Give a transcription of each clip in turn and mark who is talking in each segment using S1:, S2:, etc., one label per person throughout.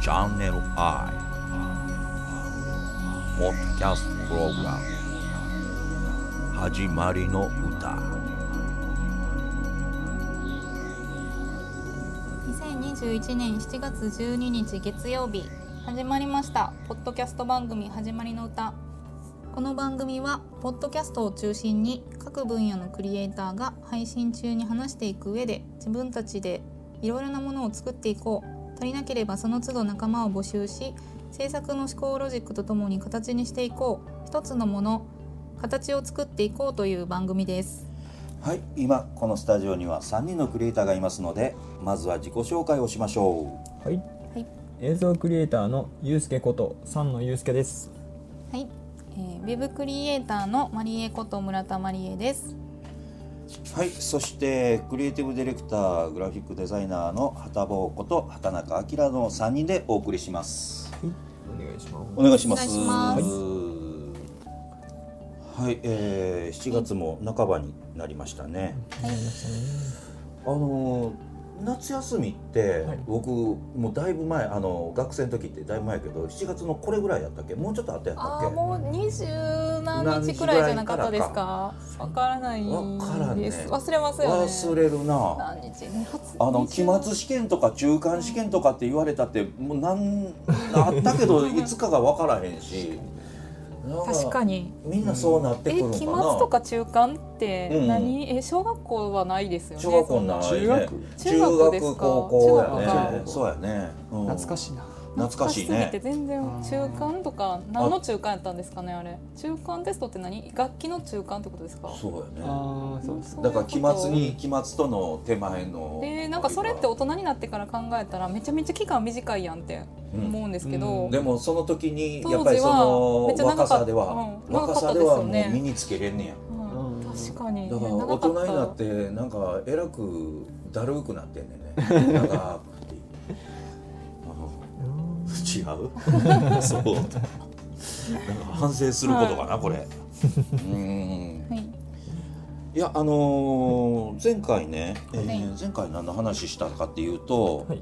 S1: チャンネル I ポッドキャストプログラム始まりの歌
S2: 2021年7月12日月曜日始まりましたポッドキャスト番組始まりの歌この番組はポッドキャストを中心に各分野のクリエイターが配信中に話していく上で自分たちでいろいろなものを作っていこう足りなければその都度仲間を募集し制作の思考ロジックとともに形にしていこう一つのもの形を作っていこうという番組です
S3: はい、今このスタジオには3人のクリエイターがいますのでまずは自己紹介をしましょう
S4: はい、
S2: はい
S4: 映像クリエイターのゆうすけこと三野ゆうすけです。
S2: はい、えー、ウェブクリエイターのマリエこと村田マリエです。
S3: はいそしてクリエイティブディレクターグラフィックデザイナーの畑坊こと畑中明の3人でお送りします
S4: はい、お願いしま
S3: お願いします
S2: お願いし
S3: はい、えー、7月も半ばになりましたね、
S2: はい、
S3: あのー夏休みって、
S4: はい
S3: 僕もうだいぶ前あの学生の時ってだいぶ前やけど7月のこれぐらいやったっけもうちょっと後やった
S2: あ
S3: っ
S2: あ、
S3: け
S2: もう二十何日くらいじゃなかったですか。わからないです。
S3: わからんね
S2: 忘れますよね。
S3: 忘れるな
S2: 何日ね。初
S3: あの期末試験とか中間試験とかって言われたってもうなんあったけどいつかが分からへんしなん
S2: 確かに。
S3: みんなそうなって
S2: え、
S3: くる
S2: 期
S3: のかな、
S2: 末とか中間って
S3: うん
S2: 何？え、小学校はないですよね。
S3: 小学校ない
S2: そん
S3: ね
S2: な中学
S3: 中
S2: 中学
S3: 学
S2: ですか
S3: 高校や
S2: 中学
S3: ね
S4: か
S3: そうやね、うん
S5: 懐かしいな
S3: 懐か
S2: 懐か
S3: しい
S2: しすぎて
S3: ね
S2: 全然中間とか何の中間やったんですかねあれ。中間テストって何？楽器の中間ってことですか？
S3: そうやね
S5: あーそう
S2: そうい
S3: だ
S2: うこ
S3: か
S2: と
S3: ら期末に期末との手前の
S2: でなんかそれって大人になってから考えたらめちゃめちゃ期間短いやんって思うんですけど、
S5: うん
S3: でもその時に
S2: 当
S3: やっ
S2: 時は
S3: ぱりそ
S2: めっ
S3: の
S2: ちゃ長か
S3: 若
S2: った
S3: さでは、
S2: うん長か
S3: 若
S2: った
S3: さ
S2: で
S3: ですは
S2: よ
S3: もう
S2: ね
S3: 身につけれんねや
S2: うん
S5: うん
S2: 確かに
S3: だから
S2: 長
S3: 大
S2: か
S3: 人になってなんかえらくだるくなってんねんねなんかっていうあの違うそうなんか反省することかな、これうーん
S2: はい
S3: いやあのー前回ね、えー
S2: はい
S3: 前回何の話したかっていうと、
S4: はい、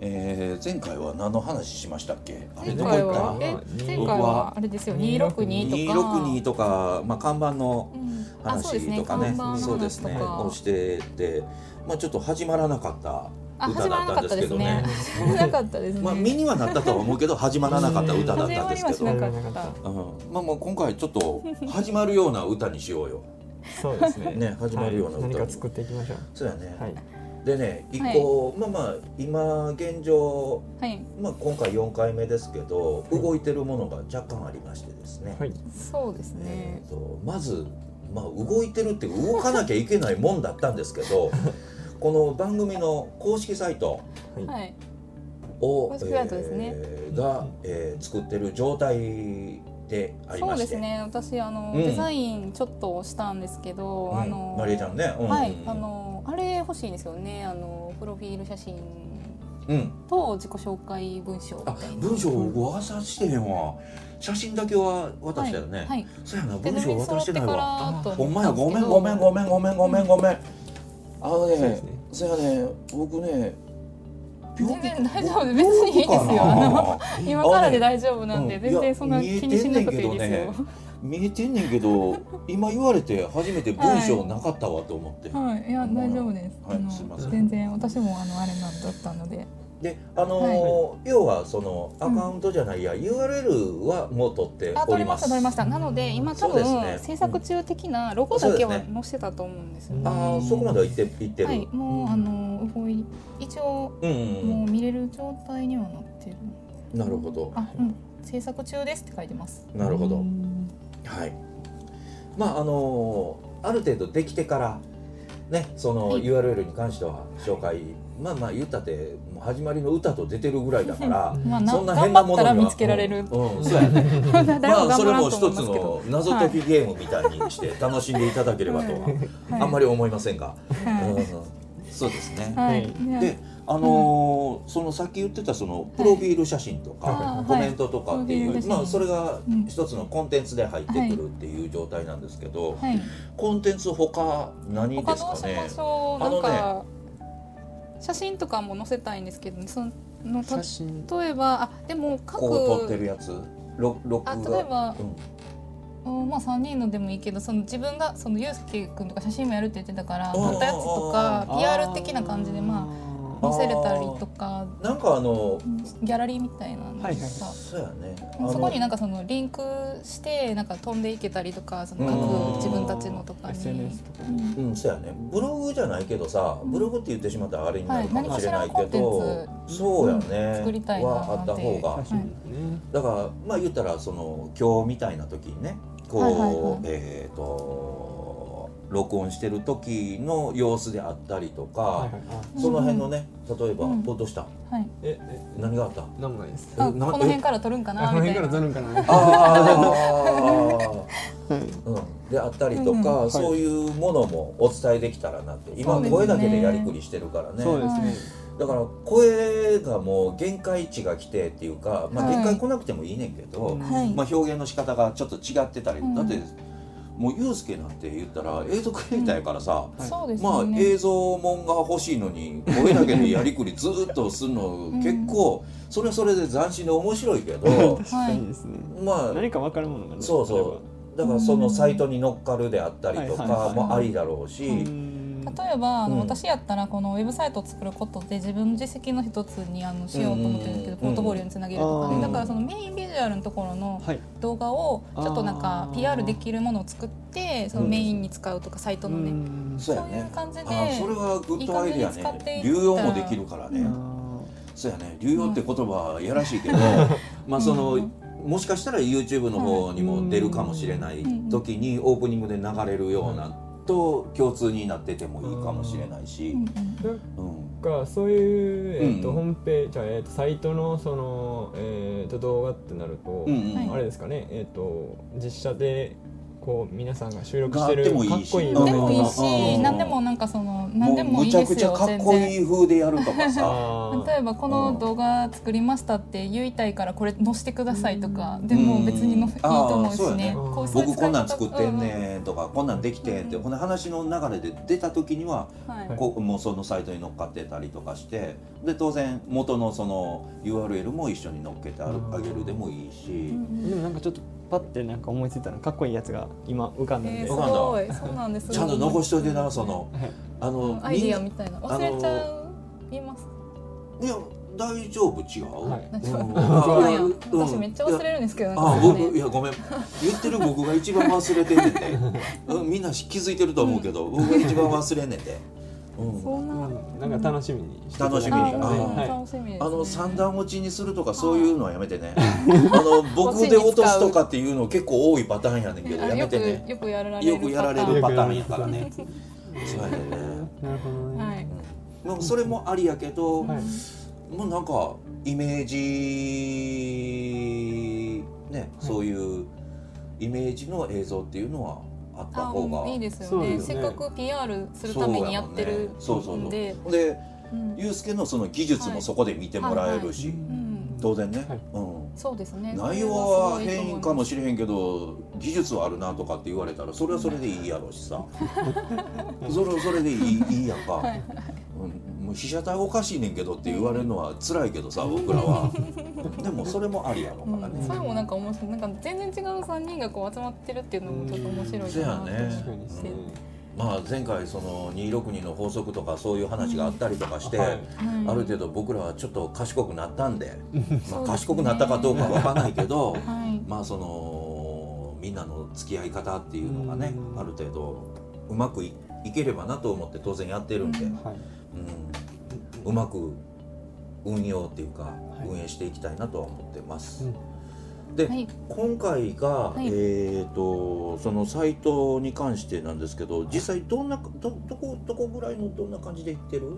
S3: えー前回は何の話しましたっけあれ
S2: 前
S3: どこ
S2: 回
S3: 行った
S2: は
S4: どこ
S2: え
S4: 行った
S2: 前
S3: 僕
S2: 回は
S3: は
S2: あれですよ262とか
S3: 262とか、まあ、看板の
S2: うんあそうです
S3: 話とかね
S2: 看板の話とか
S3: そうですねをしてて、まあ、ちょっと始まらなかった
S2: あ
S3: 歌
S2: 始まら
S3: だ
S2: な
S3: っ
S2: か
S3: た
S2: っ
S3: ん
S2: たで
S3: ですけ
S2: す
S3: ど
S2: ね
S3: ね
S2: 始まらなかったですね
S3: まあ身にはなったとは思うけど始まらなかった歌だったんですけ
S2: 始
S3: ど、
S2: ま
S3: う
S2: り
S3: ん
S2: はしなかった
S3: まあ、まあ今回ちょっと始まるような歌にしようよ。
S4: そうですね。
S3: ね始まるような歌
S4: はい何か作っていきましょう。
S3: そうやね、
S4: はい、
S3: でね一個、まあまあ今現状、
S2: はい
S3: まあ、今回4回目ですけど動いてるものが若干ありましてですね、
S4: はい、
S2: そうですね
S3: えー、とまず、まあ、動いてるって動かなきゃいけないもんだったんですけどこの番組の公式サイト
S4: はい、は、
S2: はいい
S3: を
S2: 公式サイトですね
S3: えーが、えー作ってる状態であり
S2: そ
S3: ま
S2: う
S3: して
S2: ですね私あの、
S3: うん
S2: デザインちょっとしたんですけど、あ
S3: う
S2: の
S3: ん、マリエちゃんね、うん
S2: はいあのあれ欲しいんですよねあのプロフィール写真
S3: うん、
S2: と自己紹介文章みた
S3: あ
S2: いな
S3: 文章を渡してへんわ写真だけは渡したよね、
S2: はい、
S3: そうやな
S2: 手
S3: 文
S2: 紙
S3: 章
S2: に
S3: 渡
S2: 揃っ
S3: して
S2: て
S3: ない
S2: か
S3: わ
S2: らと
S3: ほんまや、
S2: 思
S3: ご
S2: ったで
S3: め
S2: すけど
S3: ん、ごめん、ごめん、ごめん、ごめん、ごめん。あの
S4: そうで
S3: ね
S4: すね、
S3: そやね、僕ね。
S2: 全然大丈夫別にいいですよ今からで大丈夫なんで、
S3: うん
S2: 全然そんな気にしなくていいですよ、
S3: 見えてんねんけど、今言われて、初めて文章なかったわと思って。
S2: はいいや大丈夫です、
S3: はい
S2: あの
S3: すいません
S2: 全然私もあのあれなんだったので
S3: で、あのー、要は、そのアカウントじゃないや、U. R. L. はもう取って
S2: あ
S3: お
S2: 撮り
S3: り
S2: ま
S3: ま
S2: した
S3: す。
S2: 撮りま
S3: あ
S2: したなので今多
S3: そうですね
S2: 分制作中的なロゴだけ
S3: そう
S2: は
S3: です
S2: 載せてたと思うんですよ
S4: う
S2: ね
S4: ん
S3: あー、そこまでは言って、言って
S2: はい
S3: る。
S2: もうあの動い一応
S3: うん
S2: も
S3: うん、
S2: う見れる状態にはなってる
S3: なるほど、
S2: あうん制作中ですって書いてます
S3: なるほど。はい、まああのある程度できてからねそ
S2: は
S3: の
S2: い
S3: URL に関しては紹介、まあまあ言ったってもう始まりの歌と出てるぐらいだ から
S2: まあな
S3: そんな
S2: 頑
S3: 変な
S2: 張っ
S3: も
S2: た
S3: の
S2: ら
S3: には
S2: 見つけられる、
S3: うんうんそうやね
S2: 誰も
S3: まあ
S2: 頑
S3: そ
S2: 張
S3: れ
S2: ら
S3: も
S2: んと思
S3: 一
S2: い
S3: つ
S2: ますけど
S3: の謎解きゲームみたいにして楽しんでいただければとは、あんまり思いませんが、
S2: はい
S3: うんそうですね、
S2: はい、
S3: であのーそのさっき言ってたそのプロフィール写真とか、
S2: はい
S3: コメントとかってい
S2: あーは
S3: う、
S2: い
S3: まあ、それが
S2: うん
S3: 一つのコンテンツで入ってくるっていう状態なんですけど、
S2: はい
S3: コンテンツ他何で
S2: 他
S3: す
S2: どう
S3: か
S2: し
S3: ね
S2: ましょうな
S3: あの
S2: ん
S3: ね
S2: か、写真とかも載せたいんですけど、そのの
S5: 写真
S2: 例えばあでも各
S3: こう撮ってるやつろ録画
S2: あ例えば
S3: うん
S2: うんまあ3人のでもいいけどその自分がそのユうスケ君とか写真もやるって言ってたから
S3: おー
S2: 撮ったやつとか PR 的な感じでまあ
S3: あ
S2: 載
S3: ー
S2: せれたりとか
S3: なんかあの
S2: ギャラリーみたいなの
S5: はいはい
S2: さ
S3: そうやねあの
S2: そこになんかそのリンクしてなんか飛んでいけたりとかその
S3: うん
S2: 各自分たちのとかに
S5: SNS とか
S2: う
S5: に
S2: ん
S3: うんそうやねブログじゃないけどさブログって言ってしまったらあれになるか
S2: はい
S3: もしれないけど、
S2: 何かしらのコンテンツ
S3: そうやね、
S2: うん作りたいな
S3: はあった方が
S5: 写真ね
S3: だからまあ言ったらその今日みたいな時にねこう、
S2: はいはい
S3: えっ、と録音してる時の様子であったりとか、
S5: はいはいあ
S3: その辺のね例えば、
S2: うん
S3: おどうした
S2: はい
S4: ええ
S3: 何が あった
S4: 何もないです
S2: あ
S3: え
S2: こ
S3: な
S2: の
S3: え
S2: 辺から撮るんか
S5: あ
S2: な
S5: この
S2: みた
S5: 辺
S2: いな
S5: から出るんか
S3: あ
S5: なは
S3: あ、う
S5: い
S3: ん、であったりとか、
S5: ん
S3: そういうものもお伝えできたらなって今、
S2: そうですね
S3: 声だけでやりくりしてるからね
S5: そうです
S2: はい
S5: ね
S3: だから声がもう限界値が来てっていうか、まあ、
S2: はい
S3: 限界来なくてもいいねんけど、
S5: うん
S2: はい
S3: まあ、表現の仕方がちょっと違ってたり、
S2: うん
S3: だってもうユースケなんて言ったら映像クリエイターやからさ、
S5: はい
S2: そうです
S3: まあ
S2: よ、ね
S3: 映像もんが欲しいのに声だけでやりくりずーっとするの
S2: ん
S3: 結構それはそれで斬新で面白いけど
S5: 確かにですね
S3: まあ
S5: 何か分かるものがね
S3: そうそうだからそのサイトに乗っかるであったりと
S5: はいはい
S3: か
S5: はい
S3: もありだろう
S5: あればう
S3: し。
S5: ん
S2: 例えば、あの
S3: うん
S2: 私やったらこのウェブサイトを作ることで自分の実績の一つにあのしようと思ってるんですけど、
S3: うん
S2: ポートフォリオにつなげるとかね、
S5: うん
S2: だからそのメインビジュアルのところの
S5: はい
S2: 動画をちょっとなん
S5: あ
S2: か
S5: ー
S2: PR できるものを作ってそのメインに使うとかサイトのね、
S5: うん
S3: そうや
S2: そうい
S3: ね
S2: う感じで
S3: あそれはグッドアイデア
S2: いい感じに使っていっ
S3: ね
S2: た
S3: 流用もできるからね、
S5: あ
S3: そうやね流用って言葉はやらしいけど、 まあその、
S2: うん
S3: もしかしたら YouTube の方にも出るかもしれない時にオープニングで流れるようなと共通になっててもいいかもしれないし、
S2: うん
S3: うん
S4: かそういう、えっと
S3: うん
S4: ホームページじゃあ、えっとサイトのその、えっと動画ってなると、
S3: う
S2: は
S3: んうん
S2: い
S4: あれですかねえっ、と実写でこう皆さんが収録
S3: が
S4: し
S3: あってて
S4: る
S3: もいいし
S4: かっこいい
S2: うん、
S4: 場
S2: で
S4: 面
S2: もいいし、
S3: うん
S2: 何でもなんかその何
S3: も
S2: で
S3: う
S2: も
S3: む
S2: いい
S3: ちゃ
S2: で
S3: く
S2: す
S3: ちゃ
S2: よ
S3: かっこいい風でやるとかさ
S4: あ
S2: 例えばこの動画作りましたって言いたいからこれ載せてくださいとかでも別に載せいいと思う
S3: あーそう
S2: しね
S3: やね
S2: こうそういう
S3: 僕
S2: 使
S3: こ
S2: い
S3: ん
S2: 方
S3: なん作ってんねとかこんなんできてんって
S2: うん
S3: この話の流れで出た時には
S2: うんはい
S3: こうもうそのサイトに乗っかってたりとかしてで当然元のその URL も一緒に乗っけてあるあげるでもいいし
S2: う、ん
S5: でもなんかちょっとパッてなんか思いついたのかっこいいやつが今浮かんだん
S2: えー、
S5: です
S3: わかん
S2: ごいそうなんです
S3: ちゃんと残しといてなその
S5: はい
S3: あの
S2: アイディアみたいな
S3: あの
S2: 忘れちゃう言います
S3: いや大丈夫違う、
S4: はい
S2: 大丈夫
S3: うん
S2: そうなんや
S3: うん
S2: 私めっちゃ忘れるんですけどなんか
S3: あ
S2: そうね
S3: 僕いやごめん言ってる僕が一番忘れてんねんて、うん、みんな気づいてると思うけど、僕が一番忘れんねんて、うん、
S2: そうなん
S5: うんなんか楽しみにして
S3: 楽しみに
S2: あう
S3: あ
S2: ん
S5: はい
S2: 楽しみですね
S3: あの三段落ちにするとかそういうのはやめてねあの僕で落とすとかっていうの結構多いパターンやねんけど
S2: あ
S3: やめ
S2: よ
S3: てね
S2: くよくやられる
S3: よくやられ
S5: よ
S3: る
S5: く
S3: パターンやからねそうやねんね
S5: なるほどね、
S2: はい
S3: でもそれもありやけど、
S5: はい
S3: もうなんかイメージね、そういうイメージの映像っていうのはあった
S2: あ
S3: 方が
S2: いいですよ
S5: そう
S2: ね
S5: です
S2: せ
S5: ね
S2: っかく PR するためにやってるんで
S3: そうやもんねそうそうそうで
S2: うん
S3: ユうスケのその技術もそこで見てもらえるし、
S5: はい
S2: うん
S3: 当然ね、
S5: はい
S3: うん
S2: そうですね
S3: 内容は変異かも
S2: し
S3: しれへんけど技術はあるなとかって言われたらそれはそれでいいやろうしさそれはそれでいいいいやんか、うん、もう被写体おかしいねんけどって言われるのは辛いけどさ僕らはでもそれもありやろうから
S2: うん、
S3: ね
S2: そ、れもなんか面白いなんか全然違う三人がこう集まってるっていうのもちょっと面白いか
S3: そうや
S2: なと思って
S3: ね
S5: 確かにですね
S3: まあ、前回その262の法則とかそういう話があったりとかして、
S5: はい
S3: ある程度僕らはちょっと賢くなったんで、
S2: そう
S3: ま
S2: ですね
S3: あ、賢くなったかどうかわからないけど、
S2: はい
S3: まあそのみんなの付き合い方っていうのがね
S5: うん
S3: ある程度うまくいいければなと思って当然やってるんで、
S2: う
S3: うんん
S5: はいう
S3: まく運用っていうか、
S5: い
S3: 運営していきたいなとは思ってます。で、
S2: はい
S3: 今回が、
S2: い
S3: えっ、とそのサイトに関してなんですけど実際どんなどどこどこぐらいのどんな感じでいってる？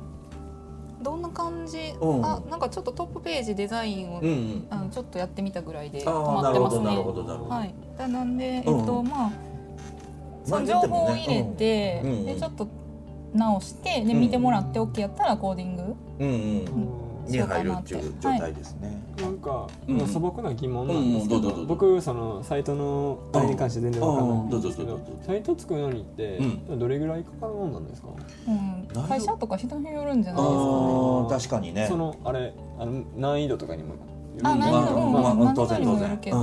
S2: どんな感じ、
S3: うん
S2: あなんかちょっとトップページデザインを、
S3: うんうん。
S2: あのちょっとやってみたぐらいで止
S3: ああ
S2: ま
S3: な
S2: っ
S3: る
S2: てま
S3: ほ
S2: す
S3: どな
S2: ね
S3: るほどなるほど。
S2: はいだなんで、えっ
S3: うん
S2: とまあそ
S3: まあ
S2: の
S3: 見
S2: 情
S3: て
S2: 報
S3: も
S2: を
S3: ね
S2: 入れて、
S3: うんうんうん
S2: でちょっと直してで
S3: うん
S2: 見てもらって OK やったらコーディング、
S3: うんうん。
S5: うん
S3: に入るっていう状
S2: は
S3: 態
S2: い
S3: ですね。
S5: なんか、
S3: うん
S5: もう素朴な疑問なんですけど,、
S3: うんうんどうぞどうぞ
S5: 僕そのサイトのあれに関して全然わかんないんですけ
S3: うん
S5: ど
S3: うんどうぞどうぞどうぞ
S5: サイト作るのにって、
S3: う
S5: どれぐらいかかるもんなんですか、
S2: うん、会社とか人によるんじゃないですかね。
S3: ああ確かにね。
S5: そのあれあの難易度とかにもよるん
S2: あ、
S5: で
S2: 難易度
S5: すか
S3: う
S2: も
S3: んまあまあ
S2: 何
S3: 当然
S2: 度にもよるけど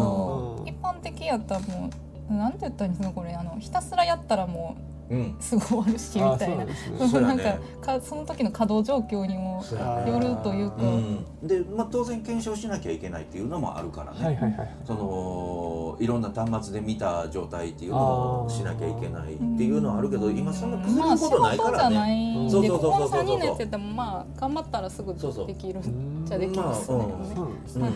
S5: 当、然
S2: 一般的やったらもう、なんて言ったらいいんですか、これ、あの、ひたすらやったらも
S3: うん
S2: う、。すぐ終わるし、み
S5: あ
S2: た
S5: そ
S2: いう
S5: な。
S2: なん
S5: です
S2: そ
S5: ね
S2: う
S3: そうや
S2: な
S3: ね
S2: んかかその時の稼働状況にも
S3: そうやね
S2: よるというか、
S3: うん、で、まあ、当然検証しなきゃいけないっていうのもあるからね、
S5: はいはいはい
S3: そのいろんな端末で見た状態っていうのをしなきゃいけないっていうのはあるけど、今そんな崩れることないからね、
S2: まあ、仕
S5: う
S2: 事
S3: そう
S5: ん
S2: じゃないんでこ
S3: そうそう
S2: この
S3: そうそう
S2: 3人のやつやったらまあ頑張ったらすぐ
S3: そうそう
S2: できる
S5: うん
S2: じゃできますね、
S3: まあうん
S5: そうなんです
S3: う
S5: ね、
S3: ん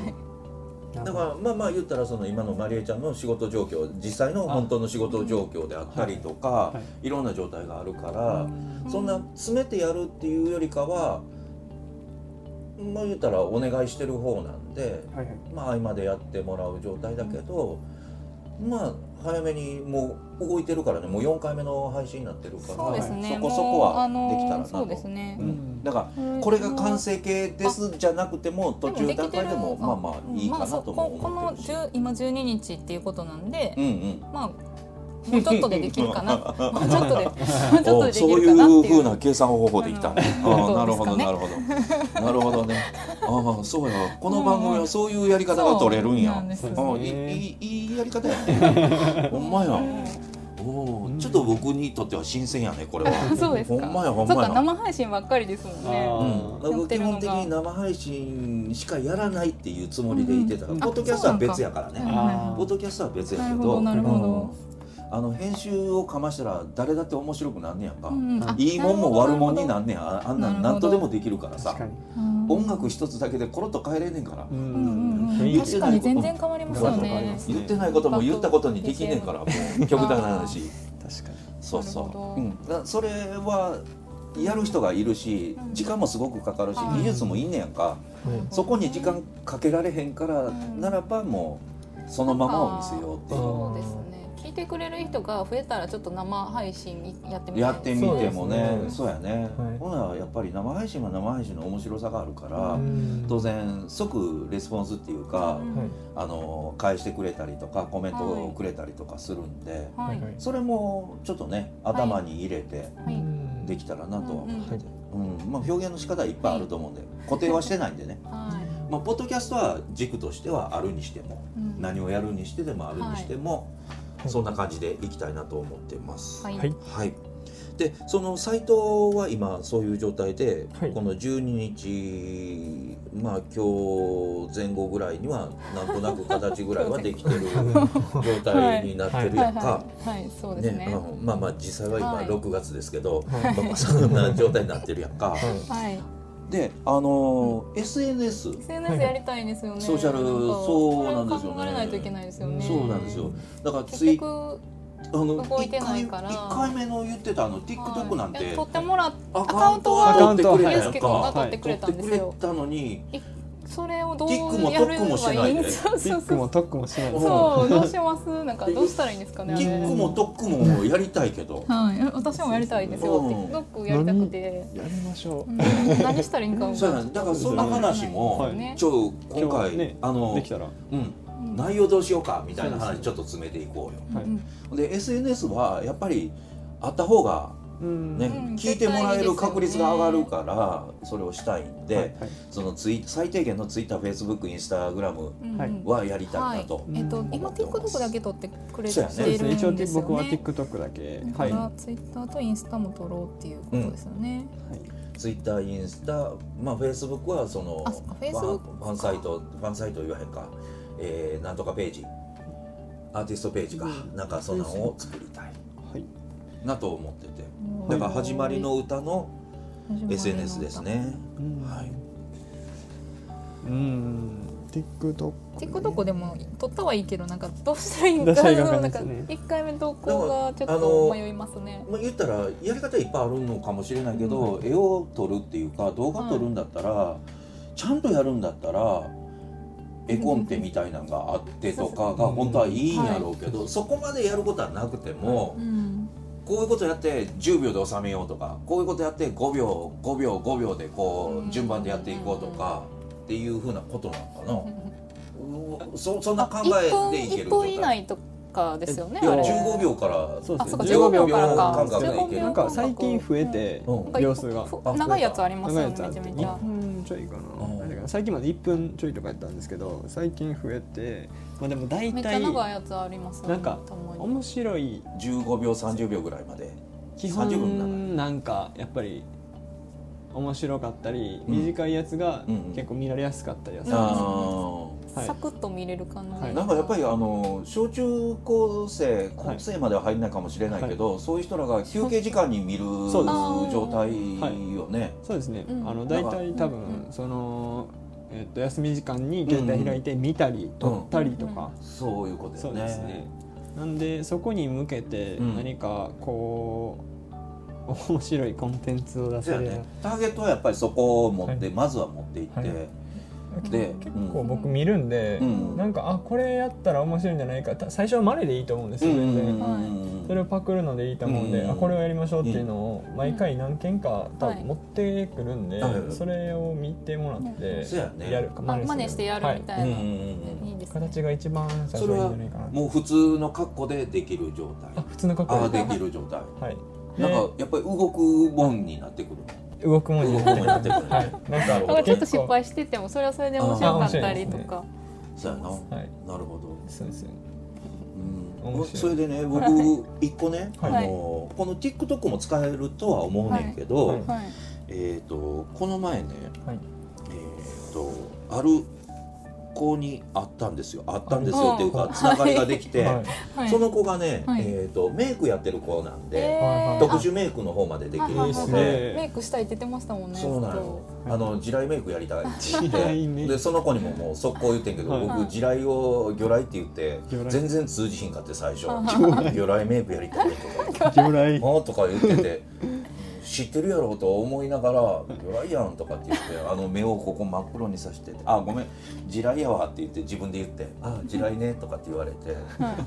S5: なん
S3: だからまあまあ言ったらその今のまりえちゃんの仕事状況実際の本当の仕事状況であったりとか、、
S5: いはい
S3: ろんな状態があるか
S5: う
S3: ら、
S5: ん
S3: そんな詰めてやるっていうよりかはまあ言ったらお願いしてる方なんで、
S5: はいはい
S3: まあ、合間でやってもらう状態だけど、まあ早めにもう動いてるからねもう4回目の配信になってるから
S2: そうですね、
S3: そこそこはでき
S2: もうあ
S3: たらな
S2: の
S3: と。
S2: そうですね
S3: う、ん
S5: う
S3: だ
S5: ん
S3: からこれが完成形ですじゃなくても途中段階でもまあまあいいかな
S2: まあ、
S3: と
S2: そ
S3: も
S2: ここ
S3: 思
S2: の
S3: ってるし。
S2: 10今12日っていうことなんで、
S3: うんうん
S2: まあもうちょっとでできる かなもうちょっとでもうちょっと
S3: お
S2: でで
S3: そ
S2: き
S3: うい
S2: るかなっ
S3: う
S2: て
S3: ふ
S2: いう
S3: うな計算方法できたね。あ
S2: の
S3: あなる
S2: どうです
S3: ほ
S2: か
S3: ど
S2: ね
S3: なるほどなるほどね。ああそうやこの番組はそういうやり方が取れる
S2: そ
S3: ん
S2: うな
S3: や
S2: ん。です
S5: そ
S2: よ
S5: うで
S3: ああい
S5: す
S3: いいいいいやり方やね。ほんまや。おおちょっと僕にとっては新鮮やねこれは。
S2: そうですか
S3: ほんまやほん
S2: そっ
S3: ま
S2: か
S3: や。
S2: 生配信ばっかりですもん
S5: あ
S2: ね
S3: う
S5: ー
S3: ん、僕基本的に生配信しかやらないっていうつもりでいてたから、
S5: うん
S3: ポッドキャストは別やからね、
S2: うん
S5: あ
S3: ポッドキャストは別やけ
S2: な
S3: ど
S2: るほどなるほど
S3: うんあの編集をかましたら誰だって面白くなんねやんか、
S2: うんあ
S3: いいもんも悪もんに
S2: なる
S3: なんねやああんなん
S2: なる
S3: な
S2: ほ
S3: ん
S2: ど
S3: とでもできるからさ
S5: 確かに
S2: ほどうん
S3: 音楽一つだけでコロッと変えれんねんから、
S5: う
S2: うんうんうん
S5: 雰囲気
S2: 確かに全然変わりますよね
S3: 言ってないことも言ったことにできねえからもう極端な話
S5: 確かに
S3: そう
S2: なる
S3: そ
S2: ほ
S3: う、
S2: ど
S3: うん、だそれはやる人がいるし
S2: うん
S3: 時間もすごくかかるし
S2: はい
S3: 技術もいんねやんか、
S5: はい
S3: そこに時間かけられへんから
S2: うん
S3: ならばもうそのままを見せようっていう
S2: そうですね聞いてくれる人が増えたらちょっと生配信やってみた
S3: や
S2: い
S3: ってみてもねそ
S5: そう
S3: やね、
S5: はい
S3: ほなやっぱり生配信は生配信の面白さがあるから、
S5: うん
S3: 当然即レスポンスっていうか、
S2: うん
S5: はい
S3: あの返してくれたりとかコメントをくれたりとかするんで、
S2: はい
S5: はいはい
S3: それもちょっとね頭に入れて
S2: はい
S5: うん
S3: できたらなとは思ってて、うんまあ、表現の仕方はいっぱいあると思うんで固定はしてないんでね、
S2: はい
S3: まあ、ポッドキャストは軸としてはあるにしても
S2: うん
S3: 何をやるにしてでもあるにしても、
S5: はい
S3: そんな感じでいきたいなと思ってます。
S2: はい
S5: はい
S3: はい、でそのサイトは今そういう状態で、
S5: はい
S3: この12日まあ今日前後ぐらいにはなんとなく形ぐらいはできて る状態になってる
S2: は
S3: や
S2: い
S3: んか。
S2: はいはいそうです
S3: ね、あ
S2: ね
S3: のまあまあ実際は今
S2: はい
S3: 6月ですけど、
S5: はい
S3: まあまあそんな状態になってるやんか。
S5: はい
S2: はい
S3: であのー SNS
S2: SNS やりたいですよね
S3: ソーシャ
S2: な
S3: ル
S2: んか
S3: そうなんですよね
S2: これを考えないといけないですよね
S3: そうなんですよだからツ
S2: 結
S3: イッ
S2: 局
S3: あの
S2: 動いてないから
S3: 1回目の言ってたあの TikTok なん
S2: はいいや
S3: て
S2: 取ってもらっ
S3: ア
S2: カウントは
S3: カウントは取ってくれ
S2: ゆう
S3: たや
S2: す
S3: ん
S2: け
S3: か
S2: 君が取ってく
S3: 取
S2: れ
S3: った
S2: ん
S3: て
S2: で
S3: く
S2: す
S3: れ
S2: よ
S3: たのに
S2: それをどう
S3: ティックも
S2: やる
S3: トックもし
S2: の
S3: な
S2: がい
S3: い
S2: いん
S3: で
S2: そう
S5: ピ
S2: そう
S5: ッ
S2: そ
S5: ク
S2: う
S5: もトックもしないです
S2: そうどうしますなんかどうしたらいいんですかねあれ
S3: TikTok も Tok もやりたいけど
S2: はいえ私もやりたいですよ
S3: うん
S2: TikTok やりたくて
S5: やりましょ
S2: うん何したらいいんか分
S3: そ
S2: か
S3: うんや
S2: ない
S3: なだからそんな話も
S5: はい
S2: ね
S3: ちょ今
S5: 今
S3: 回
S5: 日ね
S3: あ
S5: う
S3: の
S5: できたら
S3: うん
S2: うん
S3: 内容どうしようかみたいな
S5: そう
S3: 話
S5: です
S3: ちょっと詰めていこう
S5: はい
S2: うん
S3: よで SNS はやっぱりあった方が
S5: うん
S3: ね
S2: うん
S3: 聞いてもらえる
S2: 絶対いい
S3: 確
S2: です
S3: 率
S2: よね
S3: が上がるからそれをしたいん
S5: は
S3: で
S5: いはい
S3: そのツイ最低限の TwitterFacebook インスタグラム
S2: うん
S5: はい
S3: はやりたいなと、
S2: えっと今 TikTok だけ撮ってくれて
S3: そう
S2: る
S3: や
S2: ん
S3: ね
S2: です
S5: そ
S2: よ
S5: うです
S2: ね
S5: ね一応僕は TikTok だけ
S2: は、
S5: はいい
S2: だからツイッターとインスタも撮ろうっていうことですよね。
S3: ツイッター、インスタ、まあ、フェイスブックはその
S2: あそっか
S3: ファン
S2: Facebook か
S3: ファンサイト、ファンサイト言わへんか、えー、なんとかページ、アーティストページか、
S5: うん
S3: なんかそんなのを作りたい
S5: はい
S3: なと思ってて、
S2: もう
S3: だから始まりの歌の
S2: 始まりの
S3: SNS ですね。
S5: うん
S3: はい、
S5: うん、TikTok ね
S2: TikTok でも撮ったはいいけどなんかどうしたらいいんか
S5: どうしたらいいかわかん
S2: な
S5: なんい
S2: か
S5: です ね
S2: 一回目の投稿がちょっと迷いますね。
S3: まあ、言ったらやり方いっぱいあるのかもしれないけど、絵を撮るっていうか動画撮るんだったら、ちゃんとやるんだったら絵コンテみたいなのがあってとかが
S5: うん
S3: 本当はいいんやろうけど、そこまでやることはなくても
S2: う、ん、
S3: こういうことやって10秒で収めようとかこういうことやって5秒5秒5秒でこ
S2: うん
S3: う順番でやっていこうとかっていうふうなことなのかなうんそそんな考えでいける
S2: 1
S3: 状
S2: 分
S3: 態
S2: 以内とかですよね
S3: いや
S2: あれ
S3: 15秒から
S5: そう
S2: あそっか
S5: 15
S2: 15
S5: 秒
S2: 秒
S5: か
S2: からら
S5: か
S2: か
S3: 間隔でいける
S5: なんか最近増えて
S3: うん
S2: なんか
S5: 秒数が
S2: ふ
S3: あ
S2: 長いやつあります
S5: 長
S2: よ
S5: いや
S2: ね
S5: つ
S2: め
S5: あって
S2: ちゃめち
S5: 1
S2: ゃ
S5: 分ちょいか
S3: うん
S5: なだから最近まで1分ちょいとかやったんですけど最近増えてまあでも大
S2: めっちゃ
S5: 体
S2: 長いやつありますよね
S5: なんか
S2: たまに
S5: 面白い
S3: 15秒30秒ぐらいまで
S5: 基
S3: 30分
S5: 本なんかやっぱり面白かったり
S3: うん
S5: 短いやつが
S3: うんうん
S5: 結構見られやすかったりはするんですよ
S3: あ
S5: はい
S2: サクッと見れる感じ、
S5: は
S3: あ
S5: い
S3: なんかやっぱりあの小中高生高生までは入んないかもしれないけど、そういう人らが休憩時間に見る
S5: そうです
S3: 状態よね。
S5: そうですね、
S2: うん
S5: あの大体多分、その、えっと休み時間に携帯開いて見たり撮ったりとか、
S3: そういうことだ
S5: そ
S3: よ
S5: う
S3: ね。
S5: ですねなんでそこに向けて
S3: うん
S5: 何かこう、面白いコンテンツを出せ
S3: そう
S5: る
S3: やね、ターゲットはやっぱりそこを持って、まずは持っていって、
S4: はい
S3: で、
S4: 結
S3: うん
S4: 構僕見るんで、
S3: うん
S4: なんかあこれやったら面白いんじゃないかた最初はマネでいいと思うんです
S3: う
S4: よ
S3: ん
S4: 全然、
S3: うん
S2: は
S4: それをパクるのでいいと思うんで、
S3: うん
S4: あこれをやりましょうっていうのを毎回何件か多分持ってくるんで、
S3: はい
S4: それを見てもらって
S3: そうやね
S4: やるか
S2: あ真似してやるみ
S4: は
S2: たいな、
S3: うん
S2: いいです
S4: い、
S2: ね
S4: 形が一番最初がいいんじゃないかな
S3: もう普通の格好でできる状
S4: あ
S3: 態、
S4: 普通の格
S3: あ
S4: 好
S3: あ
S4: で
S3: できる状 態。
S4: はい
S3: なん
S4: で
S3: かやっぱり動くもんになってくる。
S4: 動くもん
S3: 動
S4: に
S3: くもん
S4: な
S3: にな
S4: っ
S3: って
S4: て
S3: く
S4: く
S3: る
S4: る。はいなんか
S2: なんかちょっと失敗しててもそれはそれで面白かったりとか、
S3: そうやな。
S4: はい
S3: なるほど。
S4: そうですよね
S3: うん
S4: 面白い
S3: それ でね僕一個ね、
S4: はい
S3: あのこの TikTok も使えるとは思うねんけど、
S4: はいはい
S2: はい
S3: えっ、とこの前ね、
S4: はい
S3: えっ、とある子に会ったんですよ会ったんですよっていう
S4: あ
S2: る
S3: かつながりができて、
S4: はい
S2: はい
S3: その子がね、
S2: はい
S3: えっ、とメイクやってる子なんで、
S4: ー
S3: 特殊メイクの方までできる
S2: はいはい
S3: 子
S5: す
S2: は
S5: ね
S3: で。
S2: いメイクしたいって言ってましたもんね
S3: そうな
S2: ずっ
S3: の
S2: と
S3: あの地雷メイクやりたいって言っ
S5: 地雷メイ
S3: て
S5: ク
S3: でその子にももう速攻言ってんけど、
S5: はい
S3: 僕地雷を魚雷って言って
S5: 魚雷
S3: 全然通じひんかって最初
S2: あ
S3: 魚雷メイクやりたいとか
S5: 魚雷
S3: もうとか言ってて知ってるやろと思いながら「魚雷やん」とかって言ってあの目をここ真っ黒にさしてて「あごめん地雷やわ」って言って自分で言って「あ地雷ね」とかって言われて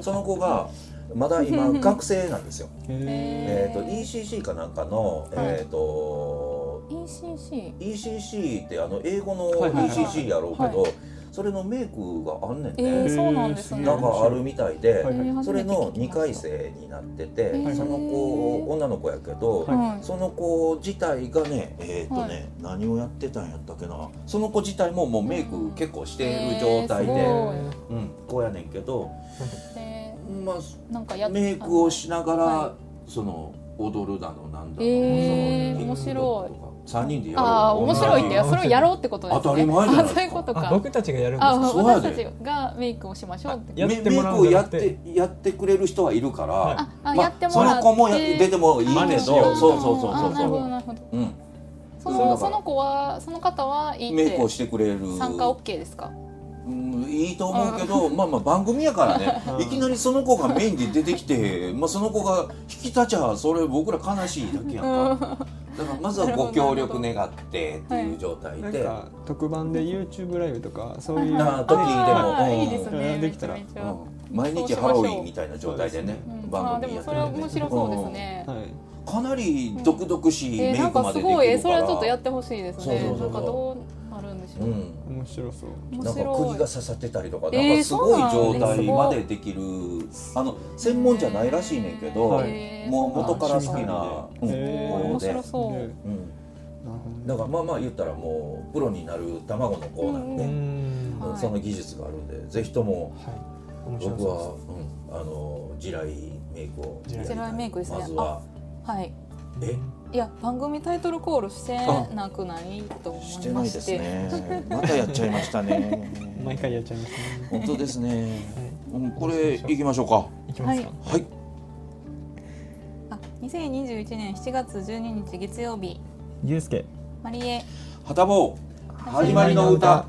S3: その子がまだ今学生なんですよ。え
S2: え
S3: ー、と ECC かなんかの、えー、と
S2: ECC
S3: ECC ってあの英語の
S5: はいはいはい
S3: ECC やろうけど、それのメイクがあんねんね、
S2: えー、そうなんです
S5: え
S2: ね
S3: なんかあるみたいで、
S5: はいはい
S3: それの2回生になってて、
S2: ー
S3: その子女の子やけど、
S2: はい
S3: その子自体がねえっ、とね、何をやってたんやったっけなその子自体ももうメイク結構している状態で、
S2: えーすごい
S3: うん、こうやねんけど、
S2: で
S3: まあ、
S2: なんかやっ
S3: メイクをしながら、
S2: は
S3: その踊るだのなんだの、
S2: えー
S3: その
S2: 面白い
S3: TikTok とか3人でやろう
S2: ああ面白いって
S4: や
S2: それをやろうってことですね
S3: 当たり前じゃな
S2: あ
S3: いで
S2: そ
S3: すか
S2: ういうこと
S4: あ
S2: か
S4: 僕たちがやるんです
S2: あ
S4: か
S3: そうや
S2: 私
S3: で
S2: たちがメイクをしましょうってこと
S4: やってもらうん
S3: メイクを
S4: じゃ
S3: や
S4: な
S3: っ
S4: くて
S3: てやってくれる人はいるから、
S4: は
S2: あやってもらって
S3: その子もや出てもいい
S4: 真似
S3: けど
S4: し
S3: そ
S4: よ
S3: う
S4: う
S3: そうそうそ
S2: あー
S3: う
S2: なるほど
S3: そ
S2: なるほど
S3: う、うん、
S2: そ
S3: そうだか
S2: の
S3: ら
S2: その子はその方はいい
S3: メイクを
S2: っ
S3: してくれる
S2: て参加 OK ですか
S3: うん、いいと思うけどまあまあ番組やか らね
S5: うん
S3: いきなりその子がメインで出てきて、まあ、その子が引き立ちゃそれ僕ら悲しいだけやんかだからまずはご協力願ってっていう状態
S5: なん
S3: で、
S5: か特番で YouTube ライブとかそういう
S3: なあ時にでも
S2: あー
S3: うん
S2: いいですね
S5: できたら
S2: めちゃめちゃ
S3: うん、毎日ハロウィンみたいな状態でね
S2: うんあ
S3: 番
S2: ーで
S3: 組や
S2: も
S3: っ
S2: そ
S3: てる
S2: れ
S3: ね
S2: は面白そうですね
S5: はい、
S3: かなり毒々しい
S2: え
S3: メイ
S2: ー、なん
S3: ク
S2: か
S3: ますでで
S2: ごいえー
S3: きる
S2: そ
S3: か
S2: れは
S3: ら
S2: ちょっとやってほしいですね
S3: そうそうそう
S2: なんかどうなるんでしょ
S3: う
S2: う、
S3: ん
S5: 面白そう
S2: 面
S3: なんか
S2: 白
S3: 釘
S2: い
S3: が刺さってたりとか、
S2: えー
S3: なんかすごい
S2: そう
S3: 状
S2: なんだ
S3: 態までできる、あの専門じゃないらしいねんけど、
S5: はい
S3: もう元から好き
S5: へ
S3: な
S5: ー、
S3: うん
S5: へー
S2: 面
S3: 子で
S2: 白そう、
S3: うん、
S5: でなるほどね
S3: だからまあまあ言ったらもうプロになる卵の子なんで、
S2: う
S4: う
S2: ー
S4: ん
S2: はい
S3: その技術があるんで、ぜひとも
S4: はい面白
S3: 僕
S4: そ
S3: は、うん、あの地雷メイクをやりたい
S2: 地雷メイクですね
S3: まずは
S2: はい
S3: え
S2: いや番組タイトルコールしてなくないと思いまし
S3: しててないですね。またやっちゃいましたね。
S5: うん 毎回やっちゃいますね
S3: 本当ですね。うんこ
S4: そう
S3: れ
S4: しましょう
S3: いきましょうか。
S4: ういきますか
S3: はい。
S2: あ2021年7月12日月曜日
S4: ゆうすけ
S2: マリエ
S3: はたぼう始まりの歌。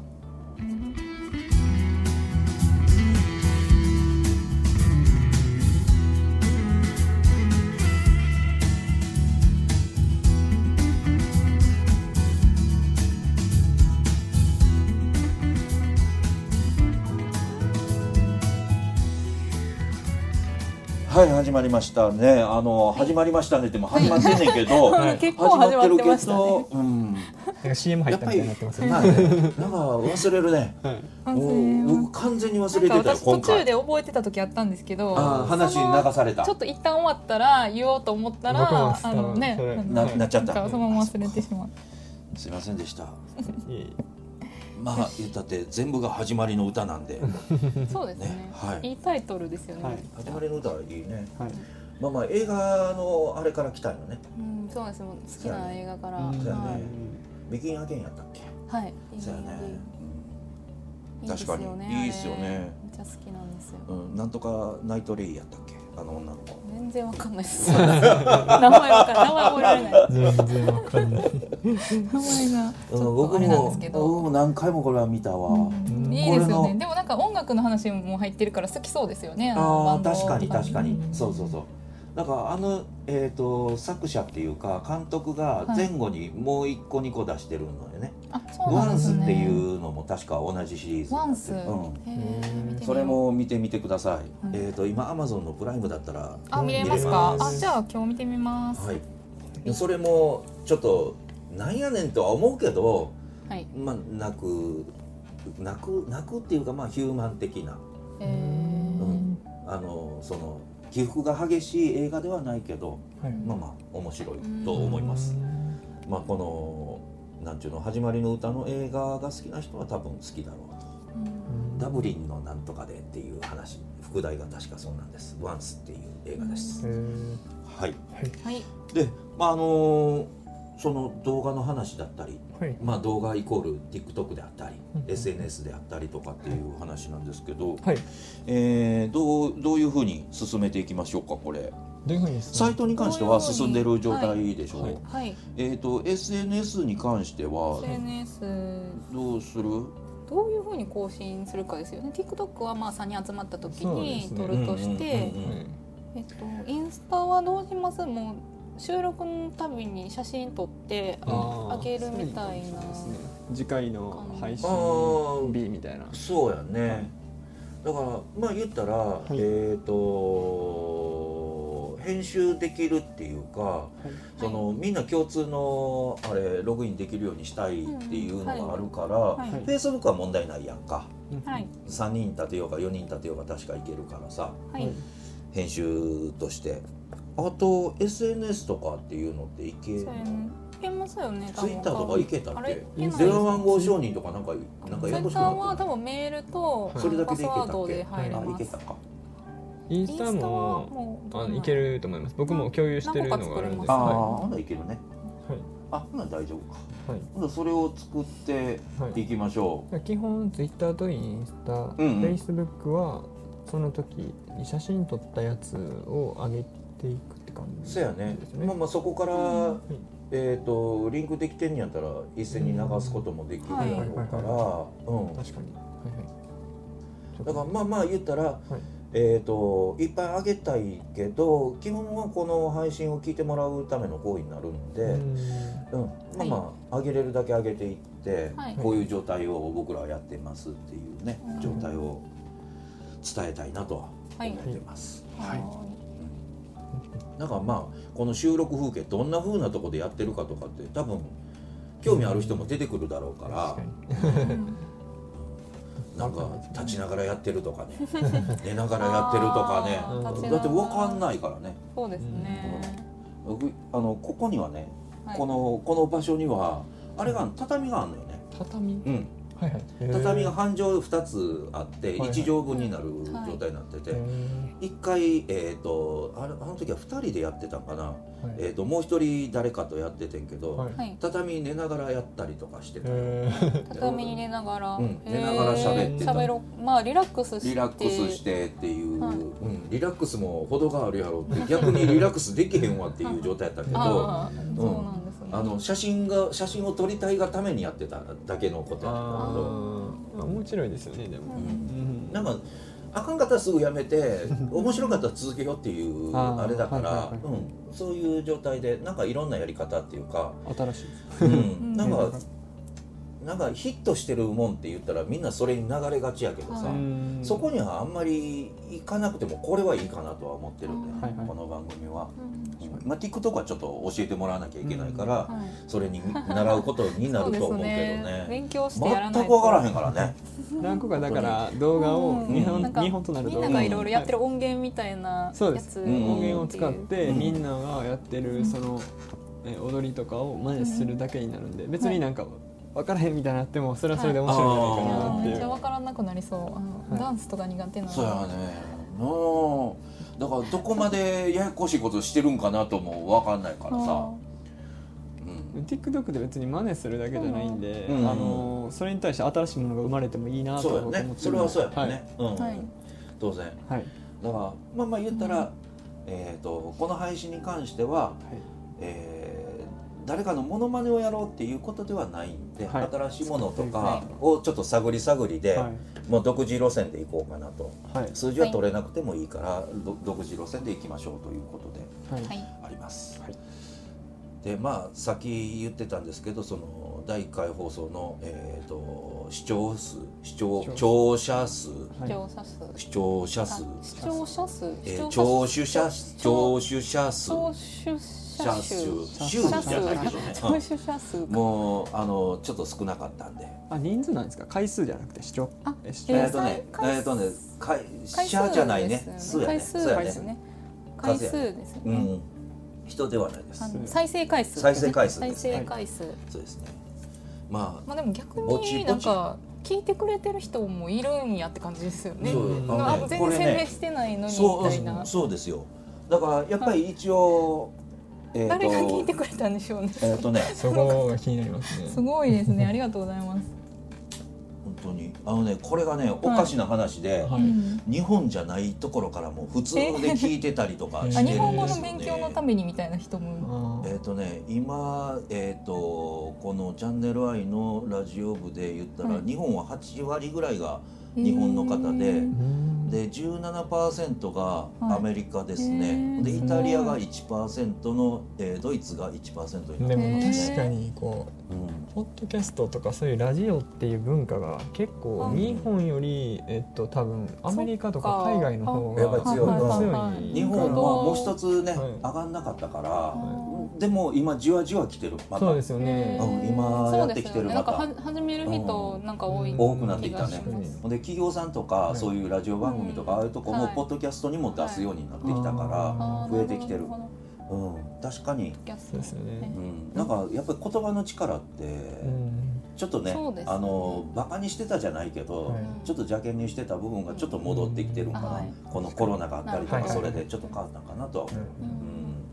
S3: はい始まりましたねあの始まりましたねっても始まってんねんけど、
S5: はい
S2: 結構始まってました
S3: 始まっ
S2: ね
S3: てるけど、うん、
S5: なんか CM 入ったみたいになってますよね
S3: まあねなんか忘れるね。
S5: はい
S3: もう僕完全に忘れ
S2: なん
S3: て
S2: か
S3: たよ
S2: 私途
S3: 今
S2: 中
S3: 回。
S2: で覚えてた時あったんですけど
S3: あー話に流された
S2: そのちょっと一旦終わったら言おうと思った
S4: 僕も
S2: ら
S4: 忘れた
S2: あのね
S4: それ
S2: んか
S3: ななっちゃった
S2: なんかそのまま忘れてしまう
S3: すいませんでした。
S4: いい
S3: まあ言ったって全部が始まりの歌なんで。
S2: そうですね
S3: ねはい
S2: いいタイトルですよね、
S5: はい
S3: 始まりの歌はいいね。
S5: はい
S3: まあまあ映画のあれから来たよね。
S2: うん、そうなんですよ好きな映画から、
S5: うん
S3: そうや
S2: は
S3: ね
S2: い
S3: ビギンアゲンやったっけ。
S2: はい、いい
S3: そうやね。
S2: いいですよね
S3: 確かに
S2: あれ
S3: いいですよね
S2: めっちゃ好きなんですよ
S3: うん、なんとかナイトレイやったっけあの女の子。
S2: 全然わかんないです 名前わかん名前覚えられない
S4: 全然わかんない
S2: 名前がち
S3: うん
S2: ょっとあ
S3: 僕
S2: れなんで
S3: も
S2: すけど、
S3: 僕も何回もこれは見たわ。
S2: うんいいですよ
S3: 俺
S2: ね
S3: の
S2: でもなんか音楽の話も入ってるから好きそうですよねの
S3: ああ
S2: バンド
S3: 確かに
S2: と
S3: 確かに
S2: うん
S3: そうそうそうだからあの、えー、と作者っていうか監督が
S2: はい
S3: 前後にもう一個二個出してるのよね
S2: あ
S3: 「
S2: そう
S3: ワ
S2: なん
S3: ン
S2: です
S3: ス」
S2: ね
S3: っていうのも確か同じシリーズ
S2: ワンス、
S3: う
S2: へ
S3: ん、
S2: え見てみよう
S3: それも見てみてください、
S2: はい
S3: えっ、と今アマゾンのプライムだったら
S2: あ見れますかあじゃあ今日見てみます
S3: はいでそれもちょっとなんやねんとは思うけど
S2: はい、
S3: まあ泣く泣く泣くっていうかまあヒューマン的な
S2: えー
S3: うんあのその起伏が激しい映画ではないけどまあまあ面白いと思います。まあこのなんちゅうの始まりの歌の映画が好きな人は多分好きだろうと。ダブリンのなんとかでっていう話、副題が確かそうなんです。ワンスっていう映画です。
S4: へー
S3: はい。
S2: はい
S3: で、まああのその動画の話だったり、
S4: はい
S3: まあ動画イコール TikTok であったり
S4: うん、うん
S3: SNS であったりとかっていう話なんですけど、
S4: はい
S3: えーどうどういうふうに進めていきましょうかこれ。
S4: どういうふうにです
S3: サ
S4: ね
S3: イトに関しては進んでる状態でしょう。
S4: はいは
S2: はい
S3: えっ、と SNS に関しては
S2: SNS
S3: どうする？
S2: どういうふうに更新するかですよね TikTok はまあ3人集まった時
S4: そうで
S2: に
S4: すね
S2: 撮るとして、
S3: うんうんうんうん
S2: えっと、インスタはどうしますもう収録のたびに写真撮って
S5: あ
S2: あげるみたいな
S5: ですね次回の配信
S3: あー
S5: 日みたいな
S3: そうやね。だからまあ言ったら、
S5: い
S3: えっ、と編集できるっていうか、
S2: い
S3: そのみんな共通のあれログインできるようにしたいっていうのがあるから、
S2: はい、
S5: はい
S3: Facebook は問題ないやんか。
S2: はい
S3: 3人立てようか4人立てようか確かいけるからさ。
S2: はい
S3: 編集としてあと SNS とかっていうのっていけ
S2: そうやねいけますよね多分
S3: Twitter とかいけた
S2: あ
S3: っ
S2: れい
S3: け
S2: けない
S3: 電話番号承認とかなんかなんか
S2: ツイ
S3: ややこ
S2: ッ
S3: しく
S2: ター
S3: な
S2: は
S3: って
S2: 多
S3: る
S2: 分メールと
S3: それだけでいけ
S2: パス
S3: た
S2: ワ
S3: っ
S2: ードで
S3: け
S2: 入れ
S3: あい
S2: ま
S3: け
S2: す
S3: たか
S4: イン
S2: イン
S4: ス
S2: スタは
S4: タも
S2: もう
S4: あいけると思います僕も共有してるのがあるんです
S3: ああ
S4: は
S3: ほんならいける
S4: い
S3: ね
S4: はい
S3: あほんなら大丈夫か
S4: はい
S3: ほんならそれを作って
S4: はい
S3: いきましょ
S4: 基本ツイッターとインスタ、
S3: んうん
S4: Facebook はその時に写真撮ったやつを上げていくって感
S3: う
S4: じ
S3: そやね
S4: です
S3: まあまあそこから、
S2: うん
S3: えっ、とリンクできてんやったら一斉に流すこともできるだろうから、うん
S4: 確かにはいはい
S3: だからまあまあ言ったら、
S4: い
S3: えっ、といっぱいあげたいけど基本はこの配信を聞いてもらうための行為になるんで、
S4: う
S3: う
S4: ん
S3: んまあまあ、あげれるだけあげていって、
S2: はい
S3: こういう状態を僕らはやってますっていうね、
S2: うん
S3: 状態を伝えたいなとは
S2: はい
S3: 思ってます。
S2: はい
S3: だからまあこの収録風景どんな風なとこでやってるかとかって多分興味ある人も出てくるだろうから、
S4: 確かに
S2: うん
S3: なんか立ちながらやってるとかね 寝ながらやってるとかね
S2: あ
S4: ー立ちなが
S3: だ
S4: ら
S3: って分かんないからね
S2: そうですね、
S3: 僕あのここにはね、
S2: はい
S3: このこの場所にはあれが畳があるのよね、
S4: 畳
S3: うん、
S4: はいはいへー
S3: 畳が半畳2つあって
S4: いはい
S3: 1畳分になる状態になってて、
S4: へー
S3: 一回、えー、とあれあの時は2人でやってたんかな、
S4: はい
S3: えー、ともう一人誰かとやっててんけど、
S4: はい
S2: はい
S3: 畳に寝ながらやったりとかしてた、
S4: へー
S2: 畳に寝ながら、
S3: うん
S2: へー
S3: 寝ながら喋
S4: ってた
S2: 喋ろうまあリラックスして
S3: リラックスしてっていう、
S2: はい
S3: うん、リラックスも程があるやろって 逆にリラックスできへんわっていう状態やったけ ど。
S2: ああそうなんですね、
S3: あの写真が写真を撮りたいがためにやってただけのことやったけど
S4: あー面白いですよねで
S2: う
S4: も
S2: ん
S5: うん
S3: なんかあかんかったらすぐやめ て面白かったら続けようっていう
S5: あー
S3: あれだか
S5: はい
S3: ら
S5: はいはい
S3: うんそういう状態でなんかいろんなやり方っていうか、
S5: 新しい
S3: うん、なんかなんかヒットしてるもんって言ったらみんなそれに流れがちやけどさ、
S2: はい
S5: うん
S3: そこにはあんまり行かなくてもこれはいいかなとは思ってるんだ
S5: は
S3: よ、
S5: いはい
S3: この番組は。
S2: うん
S3: まあ、TikTok はちょっと教えてもらわなきゃいけないから、
S2: はい
S3: それに習うことにな
S2: そうで
S3: ると
S2: す
S3: 思 うけど
S2: ね
S3: ね
S2: 勉強してやらないと
S3: 全く分からへんからね
S5: 何個かだから動画を
S2: うん
S5: 日本
S2: なんか
S5: 日本となる
S2: み
S5: 動
S2: ん
S5: 画
S2: な
S5: を
S2: がいろいろやってる音源みたいなやつ
S5: そうです
S2: を
S3: うん
S5: 音源を使って
S3: うん
S5: みんながやって
S2: う
S5: る
S2: ん
S5: そのえ踊りとかを真似するだけになるんで別になんか分からへんみたいになってもそれはそれで面白いんじゃないかなっ
S2: いや
S5: て
S2: め
S5: い
S2: っちゃ
S5: う
S2: わからなくなりそうあの、
S5: はい
S2: ダンスとか苦手なの
S3: そうやねのだからどこまでややこしいことしてるんかなとも分かんないからさ、うん、
S5: TikTok で別に真似するだけじゃないんで、
S3: うん
S5: あのそれに対して新しいものが生まれてもいいなと
S3: そう
S5: は
S3: やね
S5: 僕は思って
S3: それはそうやも
S5: も
S3: ん
S5: ん
S3: ね、うん
S2: はい
S3: 当然
S5: はい、はい
S3: だからまあまあ言ったら、えー、とこの配信に関しては、
S5: はい
S3: えー誰かのモノマネをやろうっていうことではないんで、
S5: はい
S3: 新しいものと
S2: は
S3: かをちょっと探り探りで、
S5: はい
S3: もう独自路線で行こうかなと
S5: はい
S3: 数字は取れなくてもいいから、ど独自路線で行きましょうということで
S5: は
S2: はいい
S3: あります。
S5: はい
S3: でまあさっき言ってたんですけどその第1回放送の、えー、と視聴数視聴
S5: 視
S3: 聴者数
S2: 視
S5: はい
S2: 聴者数
S3: 視聴者数
S2: あ視聴者数
S3: えー聴取者聴
S2: 聴
S3: 取者数
S2: 聴取者
S3: 者
S2: 数
S3: 数週
S5: 集
S2: 者
S3: じ
S2: 数
S3: ゃないけどね、
S2: 聴取者数
S3: うんもうあのちょっと少なかったんで。
S5: あ人数なんですか回数じゃなくて視聴
S2: あ
S5: え視
S2: え
S5: 聴
S2: ー
S3: えっとね、
S2: 回数
S3: えっとね、会
S2: 回数
S3: 社じゃないね
S2: で、す
S3: 数
S2: よ
S3: やね、
S2: 回
S3: そう
S2: 数
S3: や
S2: です
S3: ね、
S2: ね回
S3: 数や
S2: 数
S3: ね
S2: です
S3: う
S2: ね
S3: ん、人ではないです
S2: あ。の
S5: 数
S2: 再生回数
S3: 再生回数
S2: 再
S3: です
S2: 生回数
S3: そうですね。ま
S2: まあでも逆
S3: ぼちぼ
S2: に
S3: ち
S2: なんか聞いてくれてる人もいるんやって感じですよ
S3: あ、
S2: ね
S3: そう
S5: うん
S3: あ
S2: あ
S3: のね
S2: 全
S3: こ
S2: 然
S3: れ
S2: 宣伝
S3: ね、
S2: してないのにみ
S3: そ
S2: たいな
S3: う、そうですよ。だからやっぱり一応、えっと
S2: 誰が聞いてくれたんでしょうね
S3: えっとね、
S4: そこが気になりますね
S2: すごいですねありがとうございます
S3: 本当にあのね、これがね、おかしな話で。
S4: は
S2: う
S4: い
S2: ん
S3: 日本じゃないところからも普通で聞いてたりとかして
S2: あ
S3: るんで
S2: 日
S3: すよね。
S2: 本語の勉強のためにみたいな人も
S4: あ
S3: え
S4: ー
S3: っ、とね今えっ、とこのチャンネル I のラジオ部で言ったら、
S2: はい
S3: 日本は8割ぐらいが日本の方で、
S2: へー
S4: うん
S3: で17%がアメリカです
S2: はいへー
S3: ね、でイタリアが1%の、えードイツが1%にな
S4: で
S3: る、
S4: も
S2: へー
S4: 確かにこうポッドキャストとかそういうラジオっていう文化が結構
S3: うん
S4: 日本より、えっと、多分アメリカと
S2: そっ
S4: か
S2: か
S4: 海外の方
S3: あやっ
S4: が
S3: ぱ強いな
S4: 強い
S3: 日本は
S2: なるほど
S3: もう一つね、
S4: はい
S3: 上がんなかったから、
S2: は
S3: でも今じわじわ来てるまた
S4: そうですよね
S2: へー
S3: うん今やってきてる
S2: そうですよねなんか
S3: また
S2: は始める人なんか多い
S3: 多くなってきたね
S2: 気がします
S3: ほんで企業さんとか、
S4: はい
S3: そういうラジオ番組とか、ああいうとこも
S2: はい
S3: ポッドキャストにも出すようになってきたから、
S2: あー
S3: 増えてきて
S2: な
S3: る
S2: ほどなほ
S3: うん、確かに、
S2: ど
S4: そうですよね
S3: う
S2: ね
S3: ん、なんかやっぱり言葉の力って、
S4: うん
S3: ちょっとね
S2: そうですね
S3: あのバカにしてたじゃないけど、
S4: はい
S3: ちょっと邪険にしてた部分がちょっと戻ってきてるんかな、
S2: はい
S3: このコロナがあったりと
S4: は
S3: か
S4: い
S3: それでちょっと変わったんかなとは思う、
S4: うん
S2: うん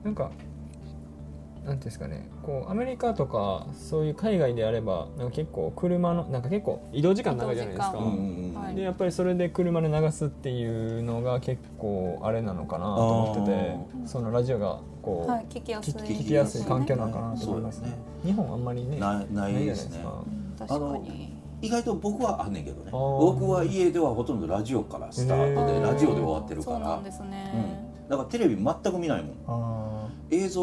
S4: なんかなんていうんですかねこうアメリカとかそういう海外であればなんか結構車のなんか結構移動時間長いじゃないです
S2: 移
S4: か
S2: 動
S3: う
S2: 時
S3: ん
S2: 間
S3: うんうん
S2: は
S4: でやっぱりそれで車で流すっていうのが結構あれなのかなと思って
S2: あー
S4: てそのラジオがこう、
S2: はい聞きやすい
S4: 聞き聞きやすい環境なのかなと思います
S3: そう
S4: ね
S3: ですね
S4: 日本あんまりね
S3: ないない
S4: ないじゃな
S3: で
S4: い
S3: す
S4: です
S3: ね
S4: か
S2: うん確
S3: あ
S2: か
S3: の
S2: に
S3: 意外と僕はあんねんけどね
S4: あー
S3: 僕は家ではほとんどラジオからスタート
S4: へ
S3: で
S4: ー
S3: ラジオで終わってるか
S2: そうな
S3: ら
S2: んですね
S3: うんだからテレビ全く見ないもん
S4: あ
S3: 映像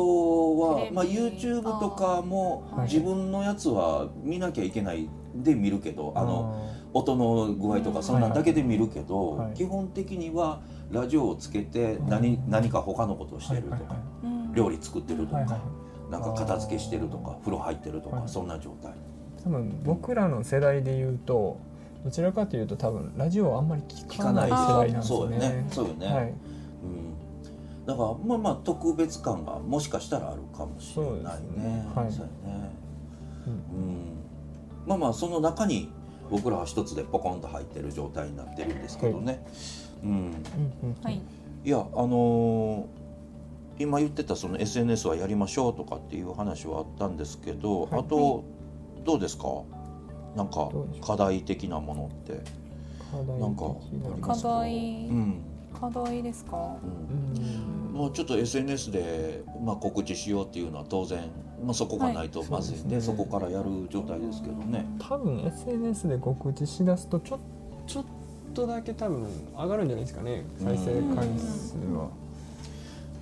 S3: は
S2: テレ、ビ
S3: まあ、YouTube とかも
S2: あーはい
S3: 自分のやつは見なきゃいけないで見るけど
S4: ー
S3: あの音の具合と
S2: うん
S3: かそんなんだけで見るけど、
S4: はいはい
S3: 基本的にはラジオをつけて
S4: うん
S3: 何,、何か他のことをしてるとか、
S4: はいはいはい
S2: うん
S3: 料理作ってるとか、
S4: はいはい
S3: なんか片付けしてるとか
S4: あー
S3: 風呂入ってるとか、
S4: はい
S3: そんな状態
S4: 多分僕らの世代で言うとどちらかというと多分ラジオはあんまり聞かない世代なんです
S3: そ
S4: よ
S3: う
S4: ね
S3: よねそうよね、
S4: はい、
S3: うん、だからまあまあ特別感がもしかしたらあるかもしれない
S4: そうです
S3: ね
S4: ねはい
S3: そうやね
S4: うん
S3: うん、まあまあその中に僕らは一つでポコンと入ってる状態になってるんですけどね、うん
S4: うんうん
S2: はい
S3: いやあのー今言ってたその SNS はやりましょうとかっていう話はあったんですけど、
S4: はい
S3: あとどうですかなんか
S4: どうでしょう
S3: 課題的なものって、
S4: 課題
S3: なんかありま
S2: 課
S3: す
S2: 題
S3: うん
S2: 課題ですか
S3: うん
S4: うん
S3: まあ、ちょっと SNS で、まあ、告知しようっていうのは当然、まあ、そこがないとまずいんで,、
S4: はい
S3: そ
S4: そうですね
S3: こからやる状態ですけどね。
S4: 多分 SNS で告知しだすとちょっ
S5: ちょっとだけ多分上がるんじゃないですかね再生回数は、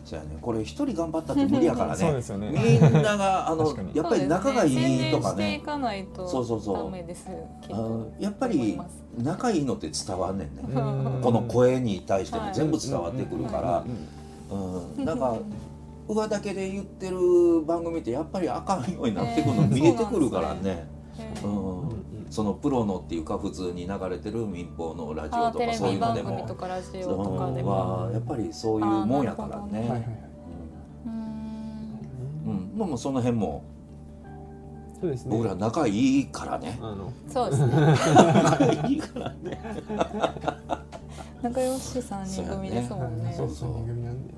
S3: そうやねこれ一人頑張ったって無理やから
S4: そう
S3: ね
S4: ですよね
S3: みんながあの
S4: 確かに
S3: やっぱり仲がいいとか
S2: そうですね宣伝してい
S3: ね
S2: かないと
S3: そうそうそう
S2: ダメですきっと
S3: あのやっぱ
S2: 思い
S3: り
S2: ます
S3: 仲いいのって伝わんねんね、
S4: うん
S3: この声に対して
S2: は
S3: も
S2: い
S3: 全部伝わってくるから、うん、なんか上だけで言ってる番組ってやっぱりあかんようになってくるの
S2: ね
S3: 見えてくるからね。
S2: へ
S3: う
S2: ー
S3: んそのプロのっていうか普通に流れてる民放のラジ
S2: あ
S3: オ
S2: ー
S3: と
S2: テ
S3: かそう
S2: レ
S3: い
S2: ビ
S3: うの
S2: 番
S3: で
S2: 組
S3: も
S2: とかラジ
S3: う
S2: オとかで
S3: ん
S2: も
S3: はやっぱりそういうもんやから
S2: あー
S5: はいはい
S3: ね。
S2: うーん
S3: うんうんまあまあその辺も
S5: そうですね
S3: 僕ら仲いいからね。
S5: あの
S2: そうですね
S3: 仲いいからね。
S2: 仲良し三人組ですもんね
S3: そうそう
S5: 番組なんで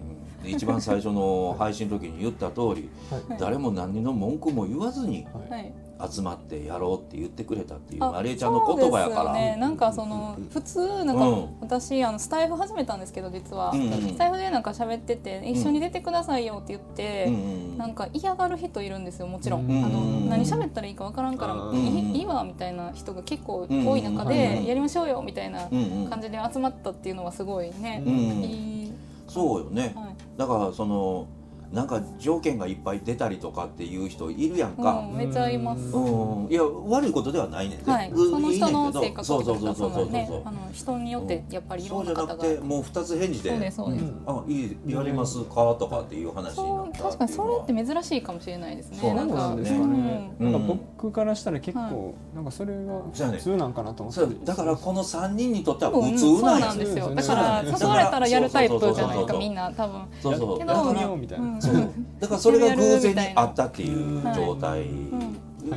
S3: うん一番最初の配信の時に言った通り
S5: はい
S3: 誰も何の文句も言わずに
S2: はい
S3: 集まってやろうって言ってくれたっていう
S2: あ
S3: マリエちゃんの言葉やか
S2: そう
S3: ら。
S2: ですよね、なんかその普通なんか、
S3: うん
S2: 私あのスタイフ始めたんですけど実は、
S3: うんうん
S2: スタイフでなんか喋ってて一緒に出てくださいよって言って、
S3: うんうん
S2: なんか嫌がる人いるんですよもちろん、
S5: うん
S2: あの
S3: うん
S2: 何喋ったらいいかわからんから、
S5: うん
S2: いいいわみたいな人が結構多い中
S5: うん
S2: で
S3: うん
S2: やりましょうよみたいな
S3: うんうん
S2: 感じで集まったっていうのはすごいね、
S5: うん
S2: いい、
S3: そうよね、
S2: はい
S3: だからそのなんか条件がいっぱい出たりとかっていう人いるやんか
S2: う、ん、めっちゃいます、
S5: う
S3: うんいや悪いことではないねんで、
S2: はい、
S3: うん
S2: その人の
S3: い
S2: 性
S3: いねんけど
S2: 格
S3: そう
S2: と
S3: そうそ
S2: か
S3: うそ
S2: そう
S3: そ
S2: の
S3: う
S2: ね
S3: そう
S2: あの人によってやっぱりいろん
S3: じ
S2: な
S3: ゃ
S2: 方
S3: な
S2: が
S3: くてもう二つ返事で
S2: そうですそうです、
S5: うん
S3: あいいやりますかとかっていう話にな
S2: そ
S3: っ
S2: う
S3: た
S2: 確かにそれって
S3: め
S2: 珍しいかもしれないですね。
S3: そう
S2: な
S3: なんん
S2: か
S5: なんですかね、
S3: うん
S5: なんか僕からしたら結構、なんかそれが
S3: そうやね
S5: 普通なんかなと思って
S3: だからこの三人にとっては
S2: 多分
S3: 普
S2: そう
S3: 通なんや
S2: なんですよ。
S5: 普
S2: だ
S5: 通
S2: から
S3: です
S2: 誘われたらやるタイプじゃない
S3: そうそうそ
S2: で
S3: う
S2: す
S3: そ
S2: か
S3: う
S2: みんな多分。
S3: そうそう
S2: け
S3: だ
S2: ど
S5: やっ
S3: か
S5: てみよ
S3: ら
S5: うみたいな、
S2: うん
S3: そうだからそれが偶然にあったっていう状態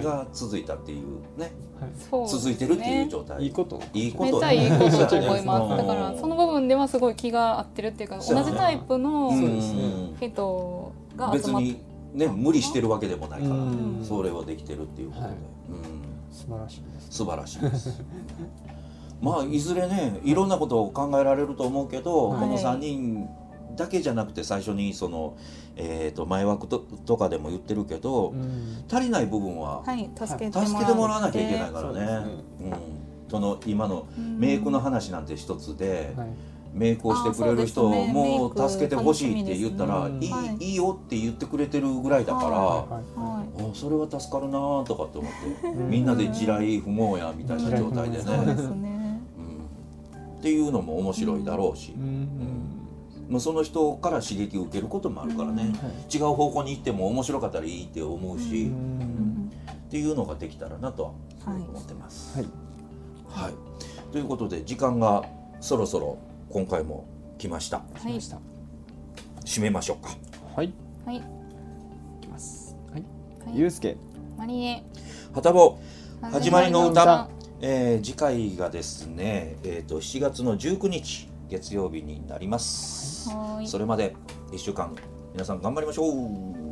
S3: が続いたっていうね、
S2: そうですね
S3: 続いてるっていう状態
S5: いいこと
S3: いいこ
S2: めっ
S3: と
S2: ちゃいいことだと思い
S3: うん
S2: ます。だからその部分ではすごい気が合ってるっていうか
S3: そう
S2: 同
S3: ね
S2: じタイプ
S3: うん
S2: の
S5: そうですね
S2: 人が
S3: 別
S2: 集まって
S3: にね無理してるわけでもないから、
S5: うん
S3: それはできてるっていうことで、
S5: はい
S3: うん、
S5: 素晴らしいです
S3: 素晴らしいです まあいずれねいろんなことを考えられると思うけど、
S2: はい
S3: この3人だけじゃなくて最初にその、えー、と前枠ととかでも言ってるけど、
S5: うん
S3: 足りない部分は
S2: はい助けてもらって
S3: 助けてもらわなきゃいけないからね。
S5: そう
S3: うんその今のメイクの話なんて一つで、
S5: はい
S3: メイクをしてくれる人
S2: あそうですね
S3: も
S2: メイク
S3: 助けてほしいって言ったら、
S5: 楽しみ
S3: い
S5: で
S3: い,、
S2: すねうん
S3: い、いよって言ってくれてるぐらいだから、
S2: は
S5: はい
S2: は
S3: あそれは助かるなとかって思って、
S5: うん
S3: みんなで地雷不毛やみたいな状態で
S2: い。
S3: ね、
S2: そうですね。
S3: うんっていうのも面白いだろうし、まあ、その人から刺激を受けることもあるからね、
S2: うん
S3: 違う方向に行っても面白かったらいいって思うし、
S2: う
S5: うん
S2: ん
S3: っていうのができたらなとは
S2: はい
S3: 思ってます。
S5: はい
S3: はいということで時間がそろそろ今回も来ました
S2: はい
S3: 締めましょうか。
S5: はい
S2: はい
S5: いきますはい
S2: は
S5: ゆう
S2: い。
S5: すけ
S2: マリエ
S3: はたぼう始まりの歌
S2: は、
S3: えー次回がですね、えー、と7月の19日月曜日になります。
S2: ーい。
S3: それまで1週間皆さん頑張りましょう